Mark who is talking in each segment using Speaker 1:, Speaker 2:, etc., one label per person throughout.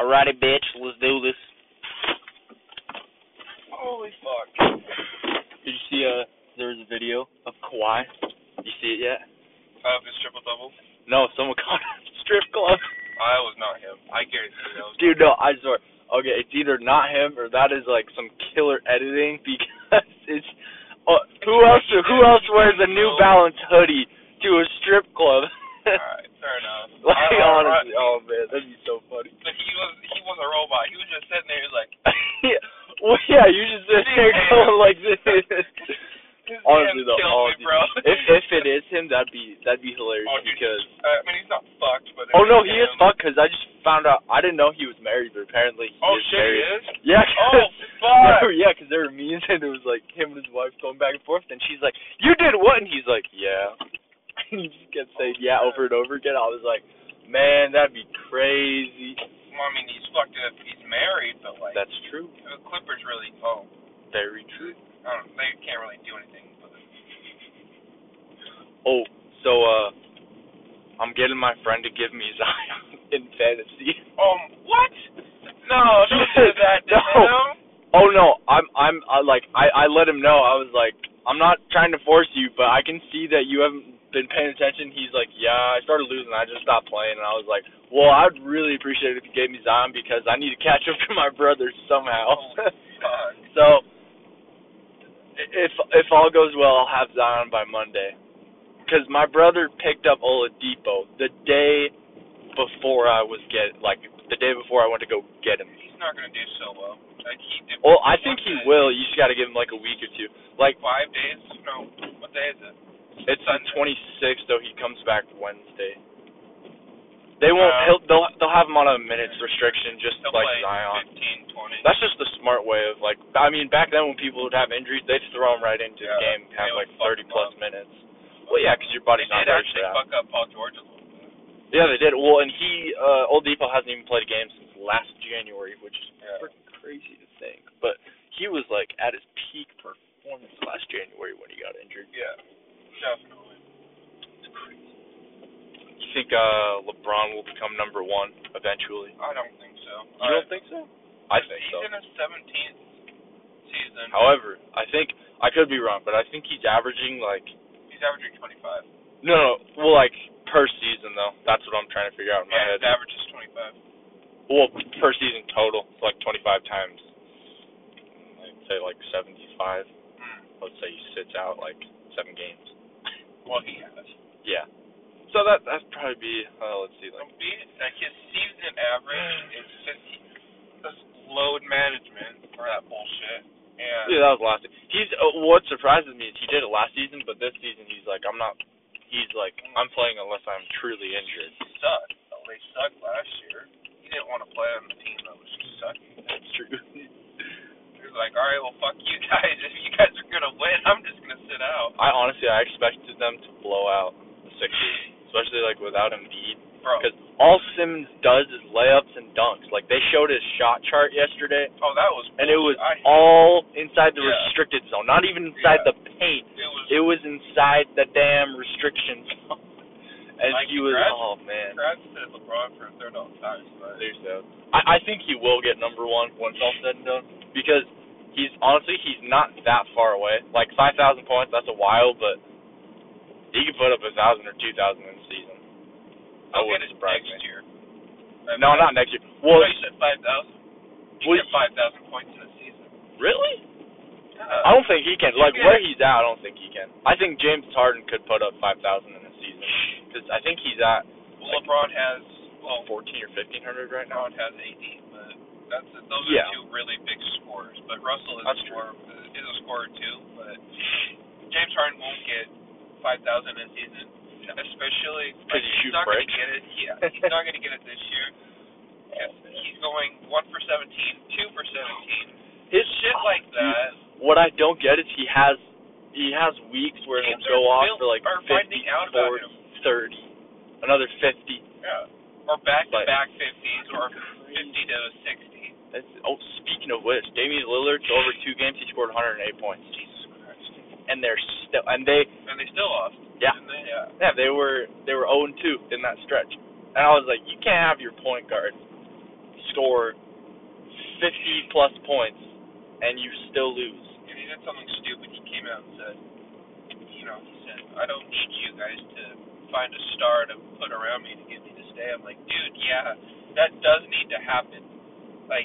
Speaker 1: Alrighty, bitch, let's do this.
Speaker 2: Holy fuck.
Speaker 1: Did you see? Uh, there was a video of Kawhi. You see it yet?
Speaker 2: Of his triple double?
Speaker 1: No, someone caught it. at the Strip club.
Speaker 2: I was not him. I guarantee that was
Speaker 1: Dude, no, I swear. Okay, it's either not him or that is like some killer editing because it's. Uh, who else? Who else wears a New Balance hoodie to a strip club?
Speaker 2: Alright, fair enough.
Speaker 1: like
Speaker 2: I- I-
Speaker 1: honestly, oh man, that'd be so funny.
Speaker 2: I- but he was he was a robot. He was just sitting there he was like
Speaker 1: yeah, well, yeah, you just sit there going like this.
Speaker 2: this
Speaker 1: Honestly,
Speaker 2: man
Speaker 1: though,
Speaker 2: killed
Speaker 1: oh,
Speaker 2: me,
Speaker 1: dude.
Speaker 2: bro.
Speaker 1: If if it is him, that'd be that'd be hilarious
Speaker 2: Oh, dude.
Speaker 1: because.
Speaker 2: uh, I mean he's not fucked but
Speaker 1: Oh no, he is
Speaker 2: him.
Speaker 1: fucked because I just found out. I didn't know he was married, but apparently he
Speaker 2: Oh
Speaker 1: is
Speaker 2: shit
Speaker 1: married.
Speaker 2: he is?
Speaker 1: Yeah.
Speaker 2: Oh
Speaker 1: 'cause-
Speaker 2: fuck
Speaker 1: No, yeah, because they were memes and it was like him and his wife going back and forth, and she's like, "You did what?" And he's like, "Yeah." And he just kept saying "yeah" over and over again. I was like, "Man, that'd be crazy."
Speaker 2: Well, I mean he's fucked if he's married but like
Speaker 1: That's true.
Speaker 2: the Clippers really oh
Speaker 1: Very true.
Speaker 2: I don't they can't really do anything with it.
Speaker 1: Oh, so uh, I'm getting my friend to give me Zion in fantasy.
Speaker 2: Um what? No, don't do that,
Speaker 1: No.
Speaker 2: Nintendo.
Speaker 1: Oh no, I'm I'm I, like I I let him know. I was like, I'm not trying to force you, but I can see that you haven't been paying attention. He's like, Yeah, I started losing. I just stopped playing, and I was like, Well, I'd really appreciate it if you gave me Zion because I need to catch up to my brothers somehow.
Speaker 2: Fuck.
Speaker 1: so i- if if all goes well, I'll have Zion by Monday. Because my brother picked up Oladipo the day before I was get like the day before I went to go get him.
Speaker 2: He's not gonna do so well. Like he did
Speaker 1: Well, I think he
Speaker 2: Okay.
Speaker 1: will. You just got to give him like a week or two. Like
Speaker 2: five days. No, what day is it?
Speaker 1: it's on 26th, so he comes back Wednesday. They won't.
Speaker 2: Yeah.
Speaker 1: He'll, they'll they'll have him on a minutes restriction, just
Speaker 2: He'll
Speaker 1: like
Speaker 2: Uh, play
Speaker 1: Zion.
Speaker 2: 15, 20.
Speaker 1: That's just the smart way of like. I mean, back then when people would have injuries, they'd throw him right into the
Speaker 2: Yeah,
Speaker 1: game,
Speaker 2: they
Speaker 1: have
Speaker 2: would
Speaker 1: like
Speaker 2: fuck
Speaker 1: 30
Speaker 2: him
Speaker 1: plus
Speaker 2: up.
Speaker 1: minutes. Well, yeah, 'cause your body's not
Speaker 2: they did
Speaker 1: ready for
Speaker 2: actually
Speaker 1: that.
Speaker 2: fuck up Paul George a little bit.
Speaker 1: Yeah, they did. Well, and he, uh, Old Depot hasn't even played a game since last January, which is
Speaker 2: Yeah.
Speaker 1: freaking crazy to think. But he was like at his peak performance last January when he got injured.
Speaker 2: Yeah, definitely.
Speaker 1: You think uh, LeBron will become number one eventually?
Speaker 2: I don't think so.
Speaker 1: You don't think so? I think
Speaker 2: he's
Speaker 1: so.
Speaker 2: in his 17th season.
Speaker 1: However, I think I could be wrong, but I think he's averaging like
Speaker 2: He's averaging 25.
Speaker 1: no, no, well, like per season though. That's what I'm trying to figure out in my
Speaker 2: Yeah,
Speaker 1: head.
Speaker 2: his average is 25.
Speaker 1: Well, per season total, so like 25 times. I'd say like 75.
Speaker 2: Hmm.
Speaker 1: let's say he sits out like seven games.
Speaker 2: Well, he has.
Speaker 1: Yeah. So that that'd probably be uh, let's see
Speaker 2: So
Speaker 1: like
Speaker 2: be- Like his season average is just this load management or that bullshit. And
Speaker 1: yeah that was last. se- He's uh, what surprises me is he did it last season, but this season he's like I'm not. He's like I'm playing unless I'm truly injured.
Speaker 2: They sucked. Well, They sucked last year. He didn't want to play on the team that was just sucking.
Speaker 1: That's true.
Speaker 2: He was like, all right, well, fuck you guys. If you guys are gonna win, I'm just gonna sit out,
Speaker 1: I honestly I expected them to blow out the Sixers, especially like without Embiid,
Speaker 2: bro.
Speaker 1: because all Simmons does is layups and dunks. Like they showed his shot chart yesterday,
Speaker 2: Oh, that was.
Speaker 1: and it was
Speaker 2: I,
Speaker 1: all inside the
Speaker 2: Yeah.
Speaker 1: restricted zone, not even inside
Speaker 2: Yeah.
Speaker 1: the paint.
Speaker 2: it was.
Speaker 1: It was inside the damn restrictions. and
Speaker 2: Like,
Speaker 1: he was,
Speaker 2: congrats.
Speaker 1: oh man.
Speaker 2: Congrats to LeBron for a third all time. But
Speaker 1: Seriously. I, I think he will get number one when it's all said and done because he's honestly he's not that far away. Like five thousand points, that's a while, but he could put up a thousand or two thousand in the season. I
Speaker 2: I'll get
Speaker 1: wouldn't
Speaker 2: it
Speaker 1: surprise
Speaker 2: next
Speaker 1: me.
Speaker 2: year.
Speaker 1: No, not next year.
Speaker 2: Well,
Speaker 1: Well,
Speaker 2: you said five thousand. You
Speaker 1: Well,
Speaker 2: get five thousand points in a season.
Speaker 1: really?
Speaker 2: Yeah.
Speaker 1: I don't think he can. Like
Speaker 2: Yeah.
Speaker 1: where he's at, I don't think he can. I think James Harden could put up five thousand in a season because I think he's at
Speaker 2: Well, LeBron has. Well,
Speaker 1: fourteen or fifteen hundred right now.
Speaker 2: LeBron has AD, but that's those
Speaker 1: Yeah.
Speaker 2: are two really big scores. But Russell is
Speaker 1: That's
Speaker 2: a scorer, is a scorer too. But James Harden won't get five thousand a season, especially
Speaker 1: Because
Speaker 2: like,
Speaker 1: he
Speaker 2: he's
Speaker 1: shoot
Speaker 2: not going
Speaker 1: bricks.
Speaker 2: to get it. Yeah, he's not going to get it this year. 'Cause He's going one for seventeen, two for seventeen,
Speaker 1: His
Speaker 2: shit like that.
Speaker 1: What I don't get is he has he has weeks where he'll
Speaker 2: Teams
Speaker 1: go off
Speaker 2: are built-
Speaker 1: for like
Speaker 2: are
Speaker 1: 50,
Speaker 2: finding out about
Speaker 1: 40, 30, another 50.
Speaker 2: Yeah. Or back to
Speaker 1: Like-
Speaker 2: back fifties, or fifty to sixty.
Speaker 1: That's, oh, speaking of which, Damian Lillard over two games he scored 108 points,
Speaker 2: Jesus Christ.
Speaker 1: and they're still and they
Speaker 2: And they still lost.
Speaker 1: Yeah.
Speaker 2: didn't they? uh,
Speaker 1: yeah
Speaker 2: Yeah.
Speaker 1: they oh were they were 0 2 in that stretch, and I was like you can't have your point guard score 50 plus points and you still lose.
Speaker 2: And he did something stupid. He came out and said, you know, he said, I don't need you guys to find a star to put around me to get me to stay. I'm like, dude, yeah, that does need to happen. Like,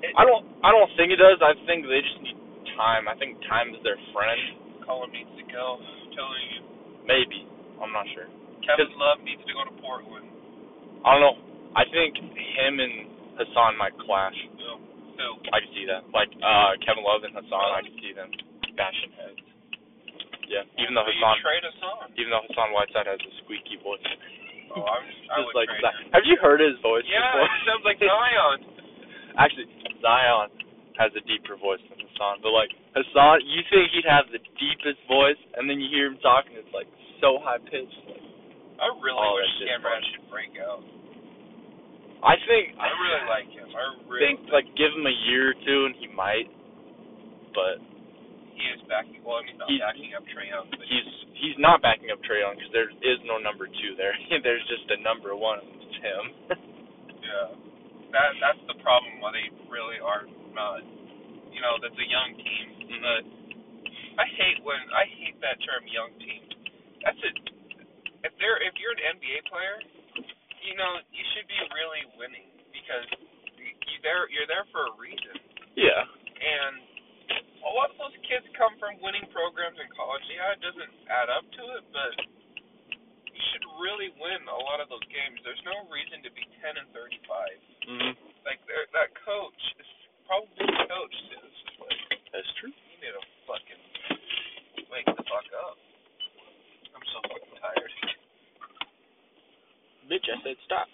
Speaker 2: it,
Speaker 1: I don't I don't think it does. I think they just need time. I think time is their friend.
Speaker 2: Colin needs to go. I'm telling you,
Speaker 1: Maybe. I'm not sure.
Speaker 2: Kevin Love needs to go to Portland.
Speaker 1: I don't know. I think him and Hassan might clash.
Speaker 2: So, so
Speaker 1: I could see that. Like uh Kevin Love and Hassan, I could see them bashing heads. Yeah, even though
Speaker 2: so you
Speaker 1: Hassan
Speaker 2: trade us on.
Speaker 1: even though Hassan Whiteside has a squeaky voice.
Speaker 2: Oh, I'm,
Speaker 1: Just
Speaker 2: I would
Speaker 1: like
Speaker 2: trade
Speaker 1: Zion.
Speaker 2: him.
Speaker 1: Have you heard his voice
Speaker 2: Yeah,
Speaker 1: before?
Speaker 2: it sounds like Zion.
Speaker 1: Actually, Zion has a deeper voice than Hassan. But like Hassan, you think he'd have the deepest voice, and then you hear him talking, it's like so high pitched. Like,
Speaker 2: I really
Speaker 1: Oh,
Speaker 2: wish
Speaker 1: that's just
Speaker 2: Cameron
Speaker 1: fun.
Speaker 2: should break out.
Speaker 1: I think
Speaker 2: I really like him. I really
Speaker 1: think like give him a year or two, and he might. But
Speaker 2: he is backing. Well, I mean, not
Speaker 1: He's-
Speaker 2: backing up Trae Young, but
Speaker 1: he's he's not backing up Trae Young because there is no number two there. There's just a number one, and it's him.
Speaker 2: yeah, that that's the problem. Why they really are not. You know, that's a young team.
Speaker 1: Mm-hmm.
Speaker 2: But I hate when I hate that term young team. That's a if they're if you're an NBA player, you know you should be really winning because you you there you're there for a reason.
Speaker 1: yeah.
Speaker 2: and a lot of those kids come from winning programs in college. Yeah, it doesn't add up to it, but you should really win a lot of those games. There's no reason to be 10 and 35.
Speaker 1: Mm-hmm.
Speaker 2: Like there- that coach is probably the coach is just like
Speaker 1: That's true.
Speaker 2: you need to fucking wake the fuck up. I'm so fucking tired.
Speaker 1: Bitch, I said stop.